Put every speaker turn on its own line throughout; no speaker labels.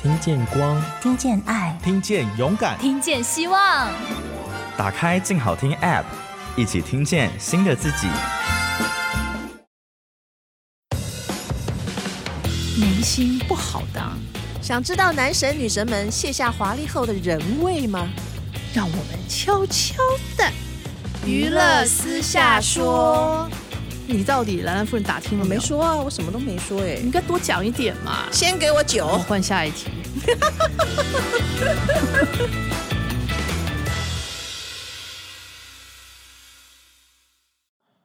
听见光，
听见爱，
听见勇敢，
听见希望。
打开静好听 App，一起听见新的自己。
明星不好当，
想知道男神女神们卸下华丽后的人味吗？
让我们悄悄的
娱乐私下说。
你到底兰兰夫人打听了
我没说啊，我什么都没说哎、
你应该多讲一点嘛。
先给我酒。
我换下一题。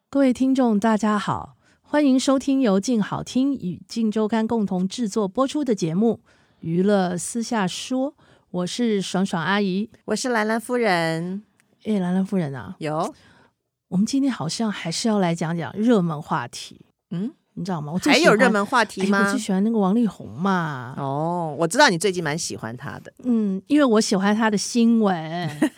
各位听众，大家好，欢迎收听由静好听与静周刊共同制作播出的节目《娱乐私下说》，我是爽爽阿姨。
我是兰兰夫人，
哎，兰兰夫人啊，
有
我们今天好像还是要来讲讲热门话题，
嗯，
你知道吗？我最
还
喜
有
欢
热门话
哎
题吗
我最？喜欢那个王力宏嘛，
哦，我知道你最近蛮喜欢他的，
嗯，因为我喜欢他的新闻。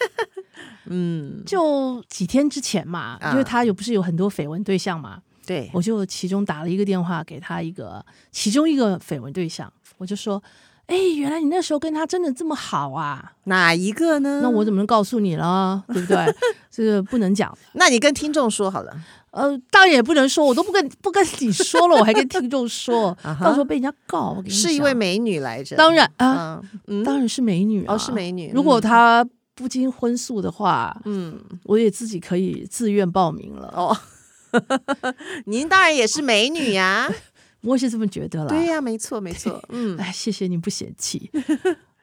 嗯，
就几天之前嘛，
啊
因为他有不是有很多绯闻对象嘛，
对，
我就其中打了一个电话给他一个其中一个绯闻对象，我就说。哎，原来你那时候跟他真的这么好啊？
哪一个呢？
那我怎么能告诉你了？对不对？ 这个不能讲。
那你跟听众说好了，
呃，当然也不能说，我都不跟不跟你说了，我还跟听众说，
啊哈
到时候被人家告。我跟你
是一
讲
位美女来着，
当然啊，
啊，嗯
当然是美女、啊、
哦是美女
如果
嗯
她不经婚诉的话，
嗯，
我也自己可以自愿报名了。
哦，您当然也是美女呀，
我也是这么觉得啦。
对呀，没错没 错，嗯，
哎，谢谢你不嫌 弃。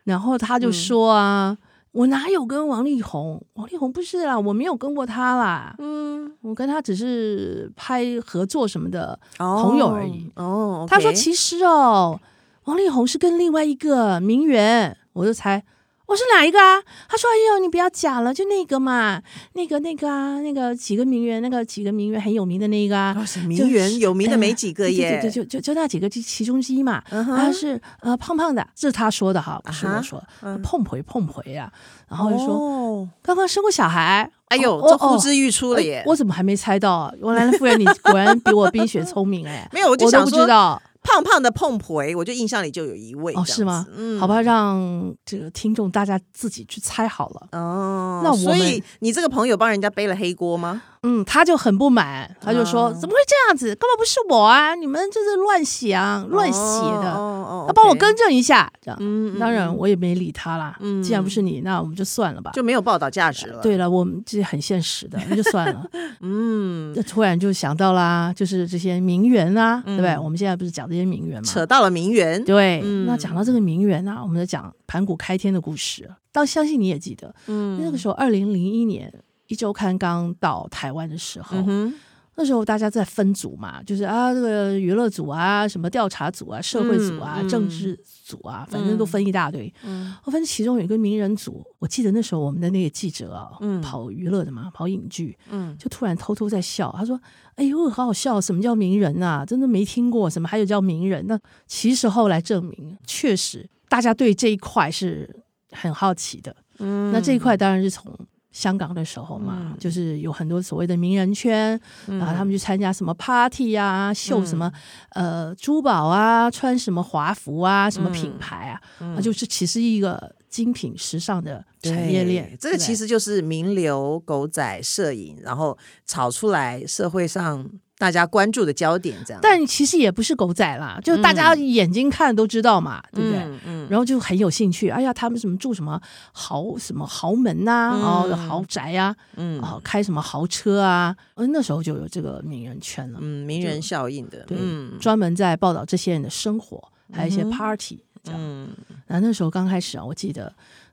然后他就说啊，我哪有跟王力宏？王力宏不是啦，我没有跟过他啦，
嗯，
我跟他只是拍合作什么的。朋友而已
哦，
他说
OK
其实哦，王力宏是跟另外一个名媛，我就猜。我是哪一个啊？他说：“哎呦，你不要假了，就那个嘛，那个那个啊，那个几个名媛，那个几个名媛很有名的那个啊，
哦是名媛有名的没几个
对对
耶，
对，就就就那几个其其中之一嘛。
嗯哼
他是呃胖胖的，这是他说的哈，不是
啊哈
我说的。
嗯
碰回碰回啊，然后就说、
哦
刚刚生过小孩。
哎呦，
哦
这
哦
呼之欲出了耶
哎！我怎么还没猜到啊？原来夫人你果然比我冰雪聪明哎。
没有，我
我
就
都
想
不
说
知，道
胖胖的碰婆，哎我就印象里就有一位
哦，
这样
是吗
子？嗯，
好吧，。让这个听众大家自己去猜好了。
哦，
那我
所以
们
你这个朋友帮人家背了黑锅吗？
嗯，他就很不满，他就说、
哦
怎么会这样子？根本不是我啊！你们就是乱想乱写的。
哦
他帮我
OK
更正一下，这样。
嗯嗯
当然
嗯
我也没理他啦。
嗯
既然不是你，那我们就算了吧。
就没有报道价值了。，
对了，我们这很现实 的，那就算了。
嗯，
那突然就想到啦，就是这些名媛啊，对不对？
嗯
我们现在不是讲这些名媛嘛？
扯到了名媛。
对，
嗯
那讲到这个名媛啊，我们在讲盘古开天的故事。当相信你也记得，
嗯
那个时候二零零一年一周刊刚到台湾的时候，
嗯哼，
那时候大家在分组嘛，就是啊，这个娱乐组啊，什么调查组啊，社会组啊，
嗯嗯
政治组啊，反正都分一大堆。
嗯
我发现其中有一个名人组，我记得那时候我们的那个记者啊，
嗯
跑娱乐的嘛，跑影剧，
嗯，
就突然偷偷在笑，他说：“哎呦，好好笑，什么叫名人啊？真的没听过，什么还有叫名人？那其实后来证明，确实大家对这一块是很好奇的。
嗯
那这一块当然是从香港的时候嘛，
嗯
就是有很多所谓的名人圈，
嗯
然后他们去参加什么 party 啊，秀什么、
嗯
呃珠宝啊，穿什么华服啊，什么品牌啊，啊就是其实一个精品时尚的产业链
嗯对。这个
对
其实就是名流、狗仔、摄影，然后炒出来社会上大家关注的焦点，这样。
但其实也不是狗仔啦，就是大家眼睛看都知道嘛，对不对？
嗯嗯，
然后就很有兴趣，哎呀，他们什么住什么豪什么豪门呐、
嗯
哦豪宅呀、
嗯
哦开什么豪车啊，呃那时候就有这个名人圈了，
嗯，名人效应的，
对，
嗯
专门在报道这些人的生活，还有一些
嗯哼
party 这样。
嗯
那、那时候刚开始啊，我记得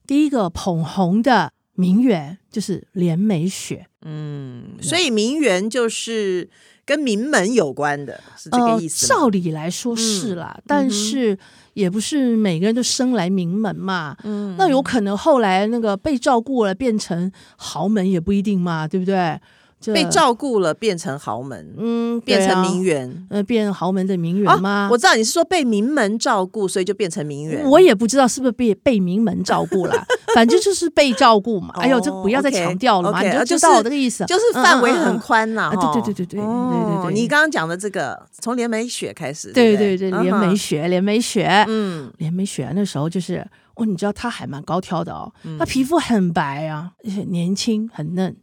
第一个捧红的名媛就是连美雪，
嗯，所以名媛就是跟名门有关的，是这个
呃
意，思吗。
照理来说是啦，
嗯
但
哼
是也不是每个人都生来名门嘛。嗯，那有可能后来那个被照顾了，变成豪门也不一定嘛，对不对？这
被，照顾了变成豪门，
嗯，
变成名
媛，
媛。啊
呃，变豪门的名媛吗？嗯
我知道你是说被名门照顾，所以就变成名媛。
我也不知道是不是被被名门照顾啦，反正就是被照顾嘛。
哦
哎呦，这个不要再
OK，
强调了嘛
OK，呃
你就
就
知道
是
我这个意思，
就是
嗯
范围
嗯嗯
很
嗯
宽呐、
啊对对
齁
对对对对
哦
对对
你刚刚讲的这个从连美雪开始，
对
不
对
对
对，
嗯
连美
哼
雪，连美雪，
嗯，
连美雪那时候就是哦，你知道她还蛮高挑的哦，
嗯
她皮肤很白啊，而且年轻很嫩，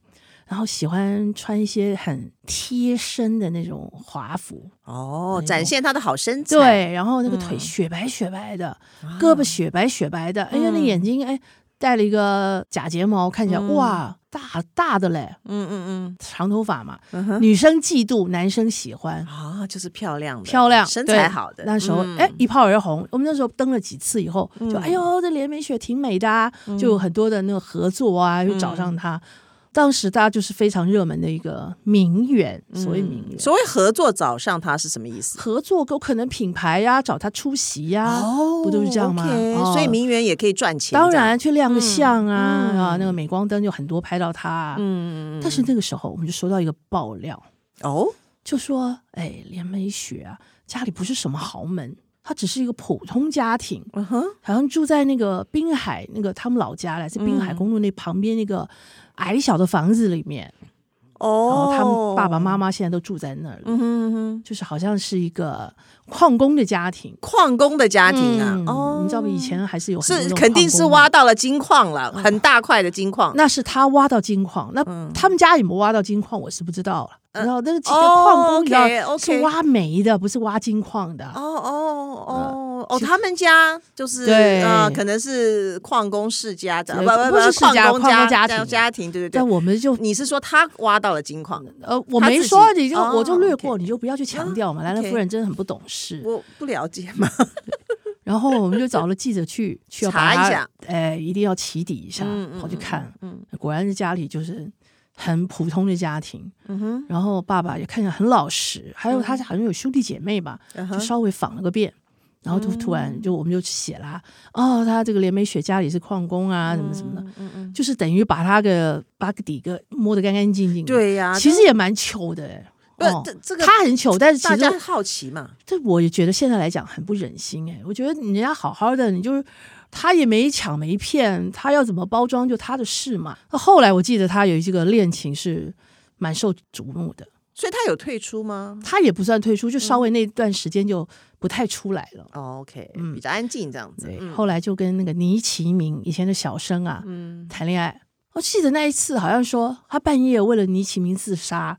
然后喜欢穿一些很贴身的那种华服，
哦，展现她的好身材，，
哎对，然后那个腿
嗯啊
雪白雪白的，胳膊雪白雪白的，哎呀，那
嗯
眼睛哎戴了一个假睫毛，看起来
嗯
哇大大的嘞，
嗯嗯
长头发嘛，
嗯嗯哼，
女生嫉妒，男生喜欢。
啊，就是漂亮的，
漂亮，
身
对
材好的，
那时候
嗯
哎、一炮而红。我们那时候登了几次以后，就
嗯
哎呦这连美雪挺美的、啊，就有很多的那个合作啊，又找上
嗯
她。当时大家就是非常热门的一个名媛，
嗯
所谓名媛。
所谓合作找上她是什么意思？
合作有可能品牌呀、找她出席呀、
哦
啊不都是这样吗
OK，
哦
所以名媛也可以赚钱，
当
这样
然，去亮个
嗯
相啊、
嗯
啊，那个镁光灯就很多拍到她、啊。
嗯，嗯嗯
但是那个时候我们就收到一个爆料，
哦，
就说哎，连美雪啊，家里不是什么豪门，她只是一个普通家庭，
嗯哼，
好像住在那个滨海那个他们老家来自滨海公路那旁边那个矮小的房子里面，然后
哦，
他们爸爸妈，妈现在都住在那里，
嗯哼嗯哼，
就是好像是一个矿工的家庭。
矿工的家庭啊
嗯，
哦，
你知道以前还是有很多那
是
种
肯定是
矿工啊嗯
挖
嘛，
到了金矿了，很大块的金矿。
那是他挖到金矿，那
嗯
他们家有没有挖到金矿，我是不知道了。然后那个几个
哦
矿工，你知道
OK，OK
是挖煤的，不是挖金矿的。
哦哦哦哦，
呃其实
他们家就是
对
呃，可能是矿工世家的，
对
不不
不是世
矿
家
工
矿工
家
家庭啊
家庭，对对
但
对。
我们就
哦你是说他挖到了金矿？
呃，我
他
没
自己
说，你就
哦
我就略
OK 啊
过，你就不要去强调嘛。兰兰
OK
夫人真的很不懂事。
我不了解嘛。
然后我们就找了记者 去去要
查
把
一
它
下，
哎，一定要起底一下
嗯，嗯
跑去看，
嗯
果然是家里就是很普通的家庭，
嗯哼，
然后爸爸也看起来很老实，还有他好像有兄弟姐妹吧，
嗯
就
哼嗯
稍微访了个遍。然后突突然就我们就写啦，哦，他这个连美雪家里是矿工啊，什么什么的，
嗯嗯，
就是等于把他个把个底个摸得干干净净的。，
对呀，
其实也蛮糗的、欸，
啊不是
哦
这这个
他很糗，但是
大
其
家
实
好奇嘛。
这我也觉得现在来讲很不忍心哎、我觉得人家好好的，你就是他也没抢没骗，他要怎么包装就他的事嘛。那后来我记得他有一个恋情是蛮受瞩目的，
所以他有退出吗
他也不算退出，就稍
嗯
微那段时间就不太出来了。
哦？OK，
嗯
比较安静这样子。
对，
嗯
后来就跟那个倪其明以前的小生啊
嗯，
谈恋爱。我记得那一次好像说他半夜为了倪其明自杀，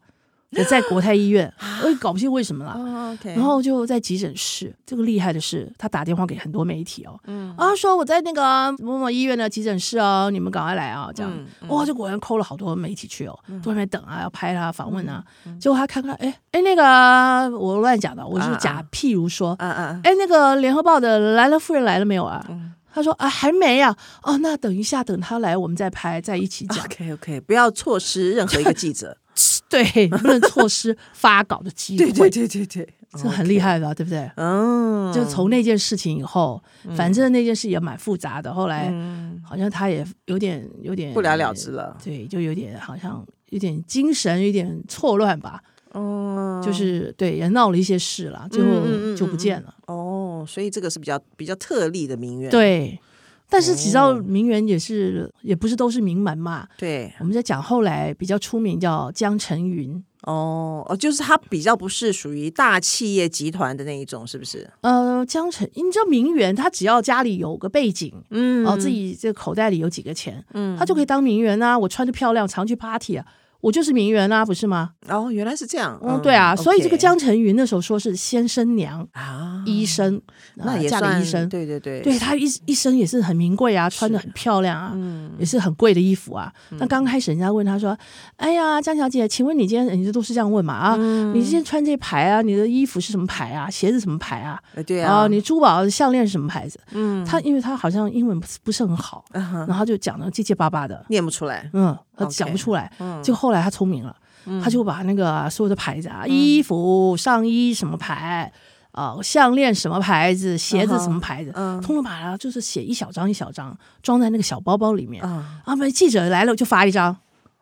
也在国泰医院，我也搞不清为什么了。
啊哦，OK，
然后就在急诊室，这个厉害的是，他打电话给很多媒体哦，
嗯
啊，说我在那个某某医院的急诊室哦，你们赶快来啊，这样，哇、
嗯嗯
就果然扣了好多媒体去哦，都在那边等啊，要拍啊，访问啊，
嗯
结果他看看，哎哎，那个我乱讲的，我是
啊
假，
啊
譬如说，
啊啊，
哎，那个联合报的莱了夫人来了没有啊？
嗯
他说啊，还没啊，哦，那等一下，等他来，我们再拍，再一起讲。
啊 OK OK，不要错失任何一个记者。
对，不能错失发稿的机会，
对对对，
这很厉害吧，对不对？
嗯，
就从那件事情以后，反正那件事也蛮复杂的。后来好像他也有点有点
嗯不了了之，了。
对，就有点好像有点精神有点错乱吧，
嗯，
就是对也闹了一些事了，最
嗯嗯
后
嗯嗯
就不见了。
哦，所以这个是比较比较特例的名媛。
对，但是只要
哦
名媛也是也不是都是名门嘛。
对，
我们在讲后来比较出名叫江晨云，
哦哦，就是他比较不是属于大企业集团的那一种，是不是？
呃，江晨，你知道名媛，她只要家里有个背景，
嗯
哦，自己这个口袋里有几个钱，
嗯
他就可以当名媛啊。我穿的漂亮，常去 party 啊，我就是名媛啊，不是吗？
哦，原来是这样。
嗯，对啊。所以这个
OK
江晨云那时候说是先生娘，
啊，
医生，
那
呃
也
嫁给
算
医生，
对对对，
对她一一生也是很名贵啊，穿的很漂亮啊，
嗯
也是很贵的衣服啊。那刚开始人家问她说：“哎呀，江小姐，请问你今天你这都是这样问嘛啊？
嗯
你今天穿这牌啊？你的衣服是什么牌啊？鞋子什么牌啊？
呃对
啊、
啊，
你珠宝项链是什么牌子？”
嗯，
她因为她好像英文不是不是很好，
嗯哼
然后她就讲的结结巴巴的，
念不出来。
嗯，他
OK
讲不出来。
嗯
就后来他聪明了，他就把那个所有的牌子
嗯
啊，衣服、上衣什么牌，啊、项链什么牌子，鞋子
嗯哼
什么牌子，
嗯
通通把它就是写一小张一小张，装在那个小包包里面。
啊
啊，没记者来了我就发一张，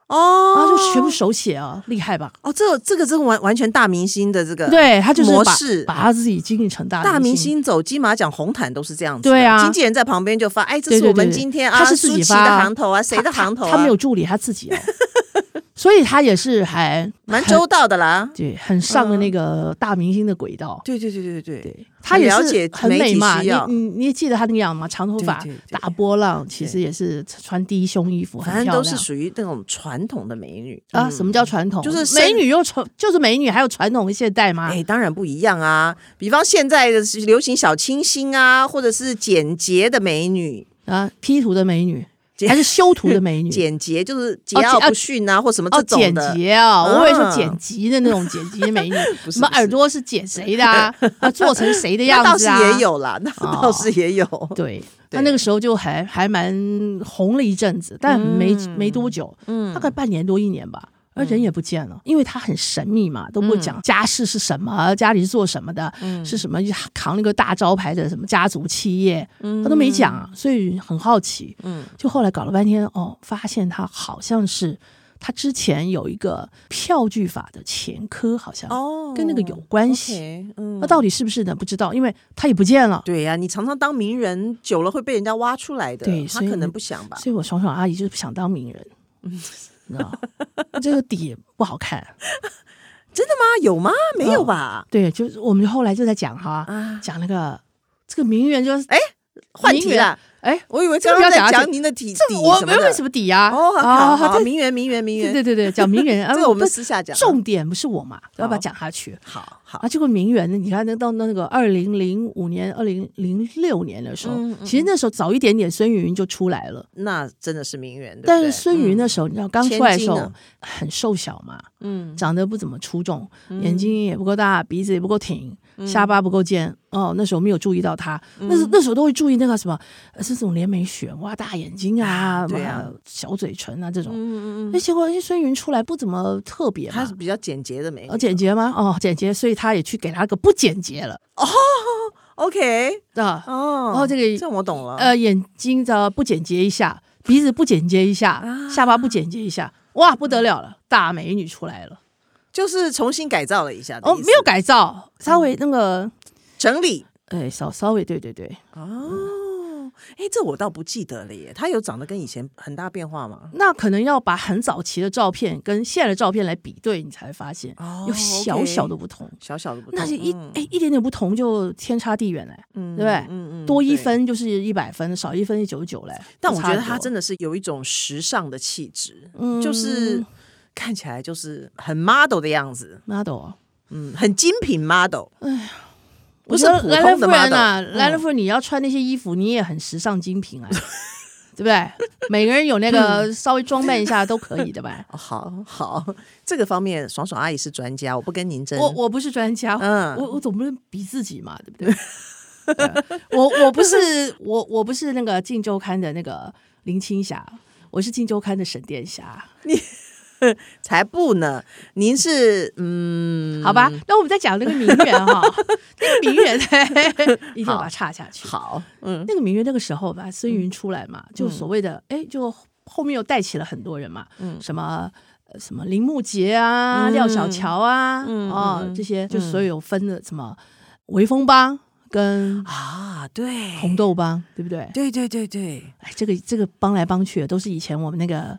哦，
然后就全部手写啊，厉害吧？
哦，这这个真的完完全大明星的这个
对他就是
模
把
式
把他自己经营成大
大明。星走金马奖红毯都是这样子的，
对啊
经纪人在旁边就发，哎，这
对
是
对
我们
对对
今天
他
啊，
是自己
舒淇
发
的
啊
行头啊，谁的行头啊，
他没有助理，他自己 哦，所以他也是还
蛮周到 的啦。
对很上了那个大明星的轨道。
对对对对对对，
对他也
了解
是很
媒体
美嘛，
需
你
要
你你也记得他那个样嘛，长头发
对对对
大波浪，其实也是穿低胸衣服，很
反正
漂
都
亮
是属于那种传统的美女嗯
啊。什么叫传统？
就是生
美女又传，就是美女，还有传统跟现代吗？
哎，当然不一样啊！比方现在的是流行小清新啊，或者是简洁的美女，
啊，P 图的美女
简
还是修图的 美女？
简洁就是桀骜
啊
不驯啊，或什么这
哦，
种
剪
的。
辑啊，
嗯
我以为说剪辑的那种剪辑美女，
不是
什么
不是
耳朵是剪谁的 啊？啊，做成谁的
那
样
倒
子
是
啊？
也。有啦，那
哦
倒是也有。
对，
对
他那个时候就还还蛮红了一阵子，但没没多久，
嗯
大概半年多一年吧。而人也不见了，因为他很神秘嘛，都不
嗯
会讲家世是什么，家里是做什么的，是什么扛那个大招牌的什么家族企业，他都没讲啊，所以很好奇。
嗯
就后来搞了半天，哦，发现他好像是他之前有一个票据法的前科，好像
哦
跟那个有关系。哦
OK，嗯
那到底是不是呢？不知道，因为他也不见了。
对啊呀、你常常当名人久了会被人家挖出来的，
对
他
所以
可
你
能不想吧。嗯
所以我爽爽阿姨就是不想当名人，你知道吗这个底不好看。
啊，有吗？
哦
没有吧？
对，就是我们后来就在讲哈，
啊
讲那个这个名媛就是
哎换题
名媛
了，
哎，
我以为
这
刚
个不要
刚在
讲啊
讲
这
您的底
这
底
我
什
没
么
有
的
为什么底呀？
哦，好好好，
对
名媛名媛名
对
媛，
对对对，讲名 媛啊，
这个我们
不
私下讲啊。
重点不是我嘛，要不要
好
讲下去？
好好
啊，这个名媛呢，你看那到那个二零零五年、二零零六年的时候，
嗯嗯
其实那时候早一点点，孙云就出来了。
那真的是名媛，对不对嗯
但是孙云那时候，你知道刚出来的时
千
候
金呢
很瘦小嘛，
嗯，
长得不怎么出众，眼睛也不够大，鼻子也不够挺，
嗯
下巴不够尖。哦，那时候没有注意到他，那时那时候都会注意那个什么，呃这种连眉雪哇、大眼睛啊、
对啊
哇小嘴唇啊这种。
嗯嗯嗯
那结果哎孙云出来不怎么特别
她
嘛
是，比较简洁的美
哦，
女。
简洁吗？哦，简洁，所以他也去给他个不简洁了
OK，
啊，
哦
哦这个
这我懂了。
呃，眼睛的不简洁一下，鼻子不简洁一
啊
下，下巴不简洁一下，哇，不得了
嗯
了，大美女出来了。
就是重新改造了一下的
哦，
意思
没有改造，稍微那个，
整理
哎，稍稍微，对对对，
哦。哎，这我倒不记得了耶。她有长得跟以前很大变化吗？
那可能要把很早期的照片跟现在的照片来比对，你才发现
哦
有小
OK
小的不同。
小小的不同，
那就一
嗯
哎一点点不同就天差地远嘞，
嗯
对不对？
嗯
多一。
对
分就是一百分，少一分就九十九嘞。
但我觉得她真
的，
的是有一种时尚的气质，
嗯
就是看起来就是很 model 的样子，
model，
嗯，很精品 model，不
我
是
觉得
普
莱兰
通的嗯
夫人啊，
model。
莱兰夫人，你要穿那些衣服，你也很时尚精品啊， 对不对？每个人有那个稍微装扮一下都可以的吧
哦好好，这个方面爽爽阿姨是专家，我不跟您争。
我我不是专家，
嗯
我我总不能比自己嘛，对不对？对 我我不是我我不是那个《镜周刊》的那个林青霞，我是《镜周刊》的沈殿霞，
才不呢，您是嗯，
好吧？那我们再讲那个名媛 哈，那个名媛 一定要把它岔下去。
好，嗯
那个名媛那个时候吧，孙云出来嘛，就所谓的哎，就后面又带起了很多人嘛，
嗯
什么。呃什么林木杰啊、廖小乔啊，
嗯
哦，这些就所有分的什么维风帮跟
啊，对，
红豆帮，对不对？
对对对对，
哎，这个这个帮来帮去的，都是以前我们那个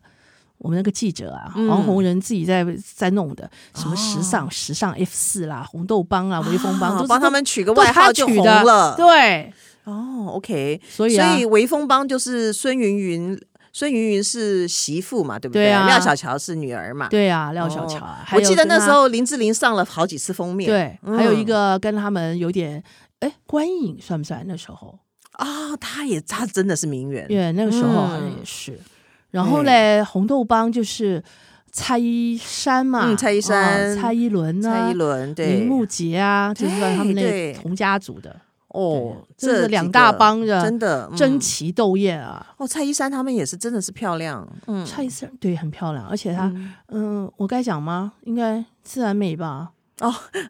我们那个记者啊，
嗯哦
黄宏仁自己在在弄的，什么时尚、时尚 F 四啦、红豆帮啊、微风帮，
啊
都是
帮他们取个外
都是他
号就
取
红
的
了。
对，
哦，OK，
所以啊
所以维风帮就是孙云云，孙云云是媳妇嘛，对不
对啊
廖小乔是女儿嘛。
对啊，廖
哦，
小乔啊，还
我
有
记得
跟
那
他
时候林志玲上了好几次封面。
对，
嗯
还有一个跟他们有点哎观影算不算那时候？
啊，她也她真的是名媛。
因为那个时候好像
嗯
也是。然后嘞，红豆帮就是蔡依珊嘛，
嗯蔡依
哦
珊
蔡依伦呢，
蔡依伦对，
林木杰啊，就是
对
他们
对
那同家族的，
哦，
对这是
几
两大
个
帮的
真的嗯
争奇斗艳啊，
哦，蔡依珊他们也是真的是漂亮，嗯，啊
蔡依珊对很漂亮，而且她，嗯，我该讲吗？应该自然美吧。
哦，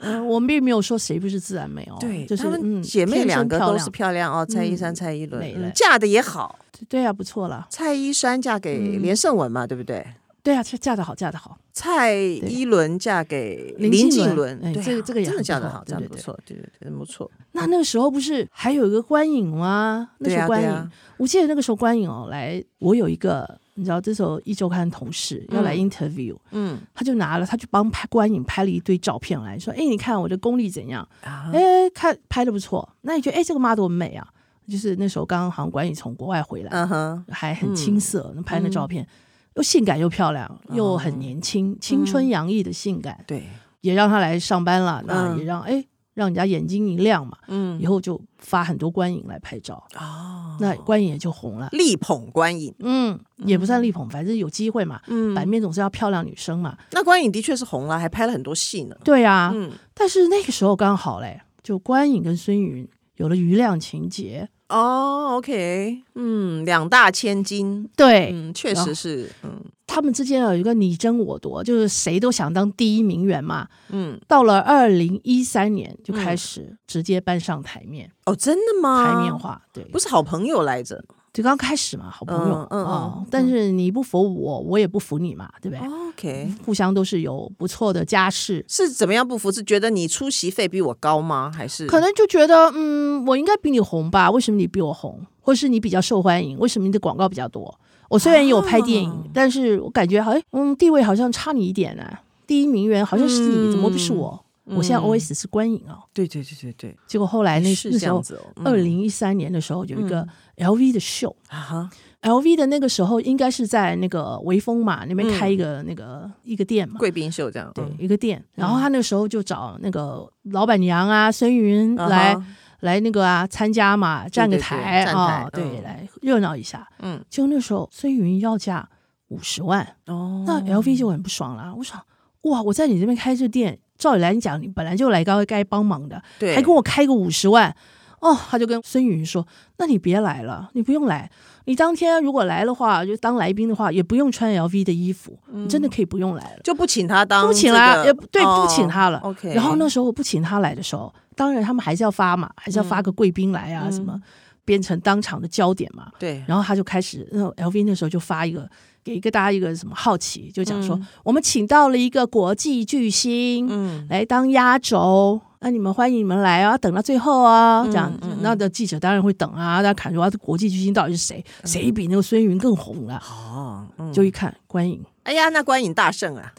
嗯，我们并没有说谁不是自然美哦，
对，
就是
她们
嗯
姐妹
天生
两个
漂
都
亮
是漂亮哦，蔡依珊、
嗯
蔡依伦
美
嗯
嘞
嫁的也好，
对啊，不错啦。
蔡依珊嫁给连胜文嘛，对不对？
对啊，这嫁得好，嫁得好，
蔡依伦嫁给
林
林
静
静
伦哎
对啊
这个这个也
真的
很
嫁得
好
好，
对
嫁得
对
不
对
错，对对对，不错。
那那个时候不是还有一个观影吗？那
对
时
啊
候观
对
影，
啊
我记得那个时候观影哦，来，我有一个你知道，这时候一周刊同事要来
嗯
interview，、
嗯
他就拿了，他就帮拍观影拍了一堆照片来说，哎，你看我的功力怎样？
啊，
哎，看拍的不错，那你觉得哎这个 model 很美啊？就是那时候刚刚好像观影从国外回来，
嗯哼，
还很青涩，那拍那照片。又性感又漂亮，又
哦
很年轻，青
嗯
春洋溢的性感，
对，
也让他来上班了，那
嗯
也让哎、让人家眼睛一亮嘛。以
嗯
后就发很多观影来拍照，
哦，
那观影也就红了。
力捧观影，
嗯，也不算力捧，反正有机会嘛，
嗯
版面总是要漂亮女生嘛。
那观影的确是红了，还拍了很多戏呢。
对啊，
嗯，
但是那个时候刚好嘞，就观影跟孙云有了余量情节，
哦，OK，嗯，两大千金，
对、
嗯，确
然后
实是，嗯
他们之间有一个你争我夺，就是谁都想当第一名媛嘛。
嗯，
到了二零一三年就开始直接搬上台面，
哦，真的吗？
台面化，对，
不是好朋友来着，
就刚开始嘛，好朋友
嗯嗯
哦
嗯
但是你不服我，我也不服你嘛，对不嗯对？
哦 OK，
互相都是有不错的家世，
是怎么样不服？是觉得你出席费比我高吗？还是
可能就觉得嗯，我应该比你红吧？为什么你比我红？或是你比较受欢迎？为什么你的广告比较多？我虽然也有拍电影，
哦
但是我感觉好像嗯，地位好像差你一点啊。第一名媛好像是你，
嗯
怎么不是我？我现在 always 是观影哦。
对对对对对，
结果后来那
是
那
这
时候
样，子哦，嗯
二零一三年的时候有一个 LV 的秀、
啊哈，
l v 的那个时候应该是在那个微风嘛那边
嗯
开一个、那个一个店嘛，
贵宾秀这样，
对
嗯，
一个店。然后他那个时候就找那个老板娘啊，孙云来、
啊哈
来那个啊参加嘛，站个
对对
台
站
啊
台，
对，
嗯
来热闹一下。
嗯，
就那时候孙云要价五十万，
哦
那 LV 就很不爽啦。我想，哇，我在你这边开这店，照理来讲，你本来就来该该帮忙的，
对，
还跟我开个五十万。哦，他就跟孙云说：“那你别来了，你不用来。你当天如果来的话，就当来宾的话，也不用穿 LV 的衣服，你真的可以不用来了。”
嗯就不请他当
不请
这
啦
个
也不对
哦
不请他了
OK，
然后那时候我不请他来的时候，当然他们还是要发嘛，还是要发个贵宾来
嗯
啊，什么变成当场的焦点嘛。
对，
然后他就开始，那种 LV 那时候就发一个，给一个大家一个什么好奇，就讲说、我们请到了一个国际巨星、
嗯
来当压轴，那你们欢迎你们来啊，等到最后啊，
嗯
这样，那的记者当然会等啊，大家看说啊，这国际巨星到底是谁？谁比那个孙云更红了？
嗯哦，嗯
就一看观影，
哎呀，那观影大胜啊，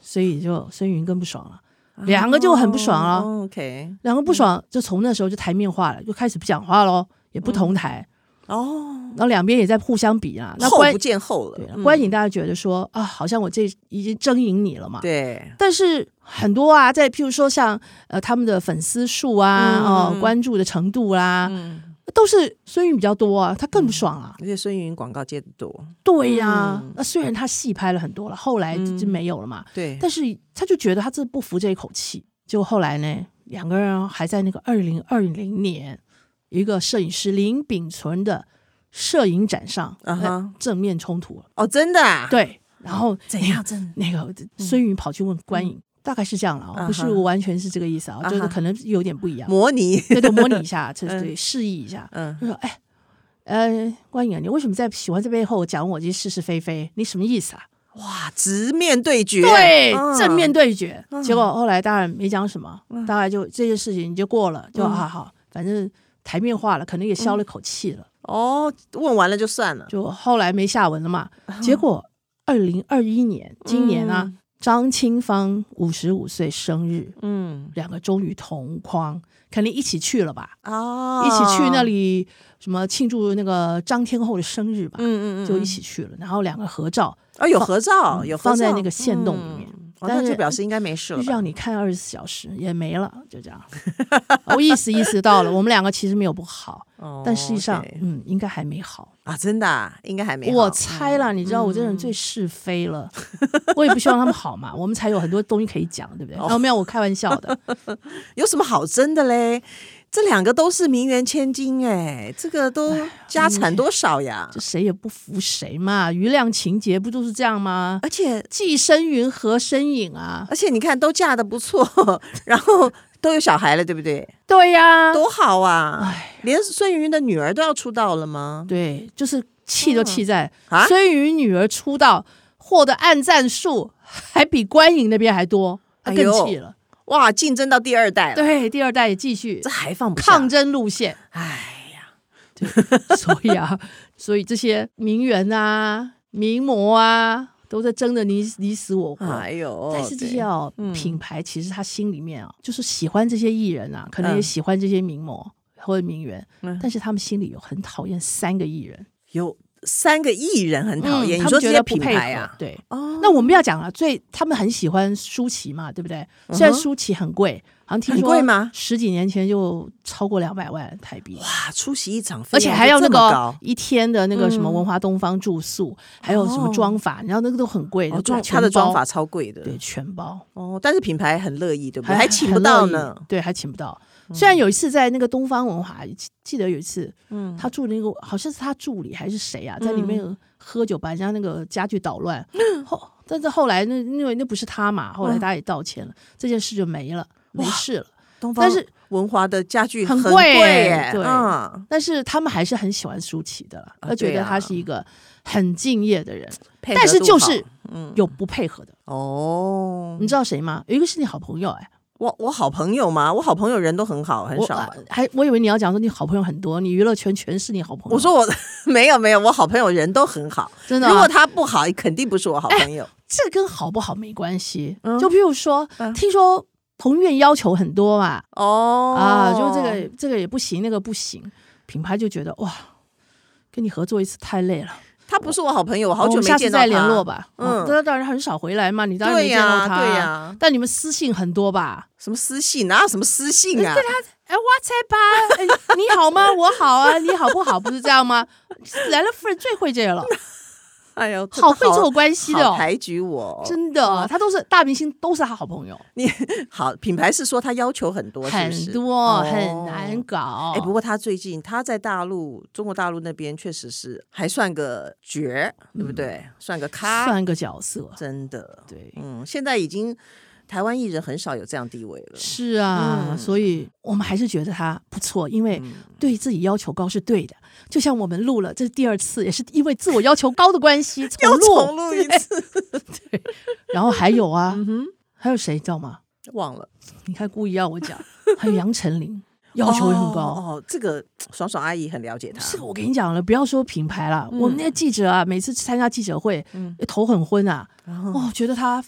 所以就孙云更不爽了，两个就很不爽啊了。
哦 OK，
两个不爽，就从那时候就台面化了，就开始不讲话喽，也不同台，
哦，
然后两边也在互相比啊。那
后
观
不见后
对
了
啊，
嗯
观影，大家觉得说啊，好像我这已经争赢你了嘛。
对，
但是很多啊，在譬如说像呃他们的粉丝数啊，
嗯
哦、
嗯
关注的程度啦、
嗯，
都是孙云比较多啊，他更不爽啊。
而且孙云广告接的多，
对呀、那、
嗯
虽然他戏拍了很多了，后来就
嗯
就没有了嘛，
对，
但是他就觉得他这不服这一口气，就后来呢，两个人还在那个二零二零年一个摄影师林炳存的摄影展上，
啊哈
正面冲突了。
哦，真的啊，
对，然后
怎样真
那个
嗯
孙云跑去问观影，大概是这样了
啊
啊，
哈
不是完全是这个意思啊，
啊哈
就是可能有点不一样。
模拟，
对对，模拟一下，这
嗯
对示意一下，
嗯
就说哎。呃，观影啊，你为什么在喜欢这背后讲我这些是是非非？你什么意思啊？
哇，直面对决，
对，
嗯
正面，对决。结果后来当然没讲什么，大概就这件事情就过了，就
嗯
啊好，反正台面化了，可能也消了口气了。
哦，问完了就算了，
就后来没下文了嘛。 结果二零二一年，今年呢、
嗯
张清芳五十五岁生日，
嗯，
两个终于同框，肯定一起去了吧？
哦，
一起去那，里什么庆祝那个张天后的生日吧？
嗯嗯嗯，
就一起去了，然后两个合照，
哦，有
放嗯
合照，有合
放在
照
那个线洞里面
嗯哦
但
那就是表示应该没事
就
了
是
吧，
让你看二十四小时也没了，就 这样。我意思意思到了，我们两个其实没有不好，
哦
但实际上，
OK
嗯，应该还没好。
啊，真的啊应该还没好，嗯
我猜了，你知道我这人最是非了，我也不希望他们好嘛，我 们才有很多东西可以讲，对不对？
哦
哦，没有，我开玩笑的。
有什么好争的嘞？这两个都是名媛千金哎、这个都家产多少呀
这？谁也不服谁嘛，余量情节不都是这样吗？
而且
既生云何生影啊？
而且你看，都嫁的不错， 然后都有小孩了，对不对？
对呀、
多好啊！连孙云的女儿都要出道了吗？
嗯对，就是气就气在
啊
孙云女儿出道。获得按赞数还比观影那边还多，他更气了。
哇，竞争到第二代了，，
哎对，第二代也继续
这还放不下
抗争路线，
哎呀，
所以啊，所以这些名媛啊、名模啊，都在争得你你死我活。
哎呦，
但是这
对
些哦，
嗯
品牌其实他心里面啊，就是喜欢这些艺人啊，可能也
嗯
喜欢这些名模或者名媛，
嗯
但是他们心里有很讨厌三个艺人，
有三个艺人很讨
嗯
厌，你
他
说
们
这
觉
些
得不
品
配
牌
合
啊，，
对。
哦，
那我们要讲了，最他们很喜欢舒淇嘛，对不对？虽然
嗯哼
舒淇很贵，好像听
很
说
贵吗
十几年前就超过两百万台币，
哇，啊出席一场，
而且还要那
这么
个
高，
一天的那个什么
嗯
文华东方住宿，还有什么
哦
妆法，你知道哎那个都很贵
哦
的，
妆
全
他的妆
包
法超贵的，
对全包，
哦，但是品牌很乐意，对不对？
还
还请不到呢，，
对，还请不到。虽然有一次在那个东方文华，记记得有一次
嗯，
他住那个好像是他助理还是谁啊，在里面喝酒把人家那个家具捣 乱，后但是后来那因为那不是他嘛，后来
嗯
大家也道歉了，这件事就没了，没事了。
东方
但是
文华的家具
很
贵
贵
耶，
对
嗯，
但是他们还是很喜欢舒淇的了，他觉
对
得
啊嗯
他是一个很敬业的人，
配合
但是
度
就
好
是
嗯
有不配合的。
哦
你，知道谁吗？有一个是你好朋友哎，
我我好朋友嘛，我好朋友人都很好，很
我啊
少啊吧。
还我以为你要讲说你好朋友很多，你娱乐圈全是你好朋友。
我说我 没有没有，我好朋友人都很好。
真的哎啊、
如果他不好，肯定不是我好朋友。
这跟好不好没关系。
嗯
就譬如说，
嗯
听说彭于晏要求很多嘛，
哦
啊，就这个这个也不行，那个不行，品牌就觉得哇，跟你合作一次太累了，
他不是我好朋友，我好
我
久
们
没
下次
见到
再
他。
联络吧。
嗯
嗯，他当然很少回来嘛，你当然没
对
见
呀、
到他，
对呀、
但你们私信很多吧？
什么私信哪有什么私信啊？
哎，WhatsApp 吧，哎你好吗？我好啊，你好不好？不是这样吗？来了夫人最会这 个了，
哎呦，
好会这种关系的
好
哦，
抬举我，
真的，
哦
他都是大明星，都是他好朋友，
好品牌是说他要求很多，是不
很
是
多很难。搞
哎、。不过他最近他在大陆，中国大陆那边确实是还算个角儿，对不对？算个
嗯
咖，
算个角色，
真的。
对，
嗯，现在已经台湾艺人很少有这样地位了。
是啊，
嗯
所以我们还是觉得他不错，因为
嗯
对自己要求高是对的。就像我们录了这是第二次，也是因为自我要求高的关系 重
又
录，
重录一次，
然后还有啊，
嗯哼，
还有谁你知道吗？
忘了，
你看故意要我讲，还有杨丞琳，要求也很高。
哦。哦这个爽爽阿姨很了解他，
这个我跟你讲了，不要说品牌了，我们那个记者啊，每次参加记者会，
嗯
头很昏啊，
然后
哦，觉得他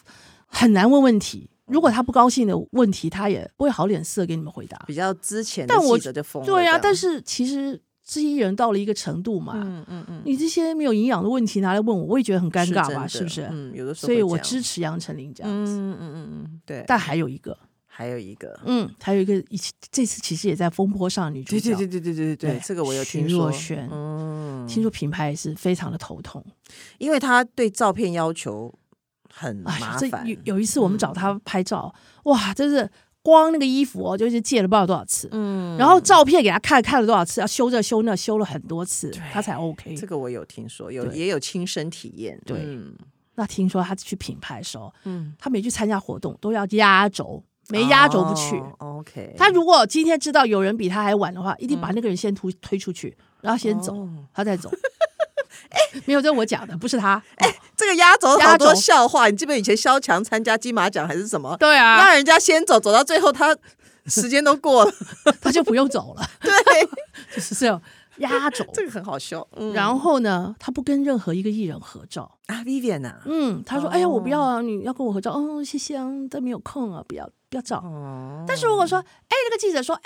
很难问问题。如果他不高兴的问题，他也不会好脸色给你们回答。
比较之前的
但我
记者就疯了这样，
对呀、但是其实这些艺人到了一个程度嘛，
嗯嗯嗯，
你这些没有营养的问题拿来问我，我也觉得很尴尬
真
吧，
的
是不是？
嗯，有的时候
所
会
以
这
我
样
支持杨丞琳这样子。
嗯嗯嗯嗯，对。
但还有一个，
还有一个，
嗯，还有一个，一起这次其实也在风波上的女主角，
对对对
对
这个我有
徐
听
若
说。
瑄
嗯，
听说品牌也是非常的头痛。
因为他对照片要求很
哎呀，
嗯麻
这
烦嗯
有，有一次我们找她拍照，哇，真是光那个衣服哦，就是借了不知道多少次。
嗯
然后照片给她看看了多少次，要修这修那，修了很多次，她才 OK。
这个我有听说，有
对
也有亲身体验，
对
嗯
那听说她去品牌的时候，
嗯，
他每去参加活动都要压轴，没压轴不去。
哦 OK，
他如果今天知道有人比他还晚的话，一定把那个人先推推出去，然后先走，
哦哎
他再 走。没有，这我讲的，不是他。哎
这个压轴
压
好
轴
多笑话，你记不记得以前萧强参加金马奖还是什么，
对啊，
让人家先走，走到最后他时间都过了，
他就不用走了，
对，
就是这样压轴。
这个很好笑。嗯
然后呢，他不跟任何一个艺人合照。
啊，Vivian 啊，
嗯，他说：“
哦
哎呀，我不要啊，你要跟我合照。哦，谢谢啊，但没有空啊，不要不要照。”
哦，
但是如果说，哎，那个记者说，哎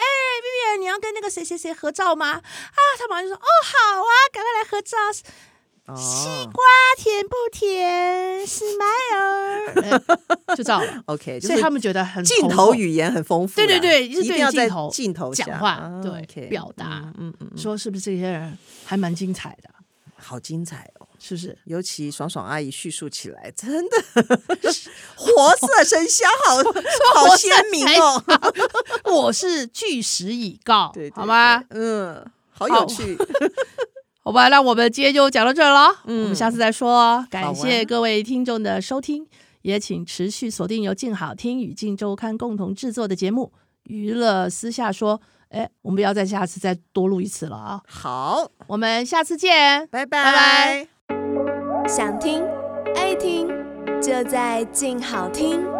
，Vivian，你要跟那个谁谁谁合照吗？啊，他马上就说，哦，好啊，赶快来合照，
哦西瓜
甜不甜？Smile，哎就照了。
OK，就
所以
是
他们觉得很
镜
头
头
痛
语言很丰富啦，
对对对就是
一定
对
要
镜
在
头
镜头
讲
下
话
啊
对
OK，
表达
嗯嗯嗯嗯，
说是不是这些人还蛮精彩的？
好精彩哦。
是不是？
尤其爽爽阿姨叙述起来，真 的活色生香，好 好鲜明哦，
我是据实以告，
对，对
好吗？？
对嗯，好
好
有趣，
好吧，那我们今天就讲到这儿了，
嗯
我们下次再说哦。感
好
谢
啊
各位听众的收听，也请持续锁定由静好听与静周刊共同制作的节目《娱乐私下说》。哎，我们不要再下次再多录一次了啊！
好，
我们下次见。
拜
拜
拜。
想听爱听就在静好听。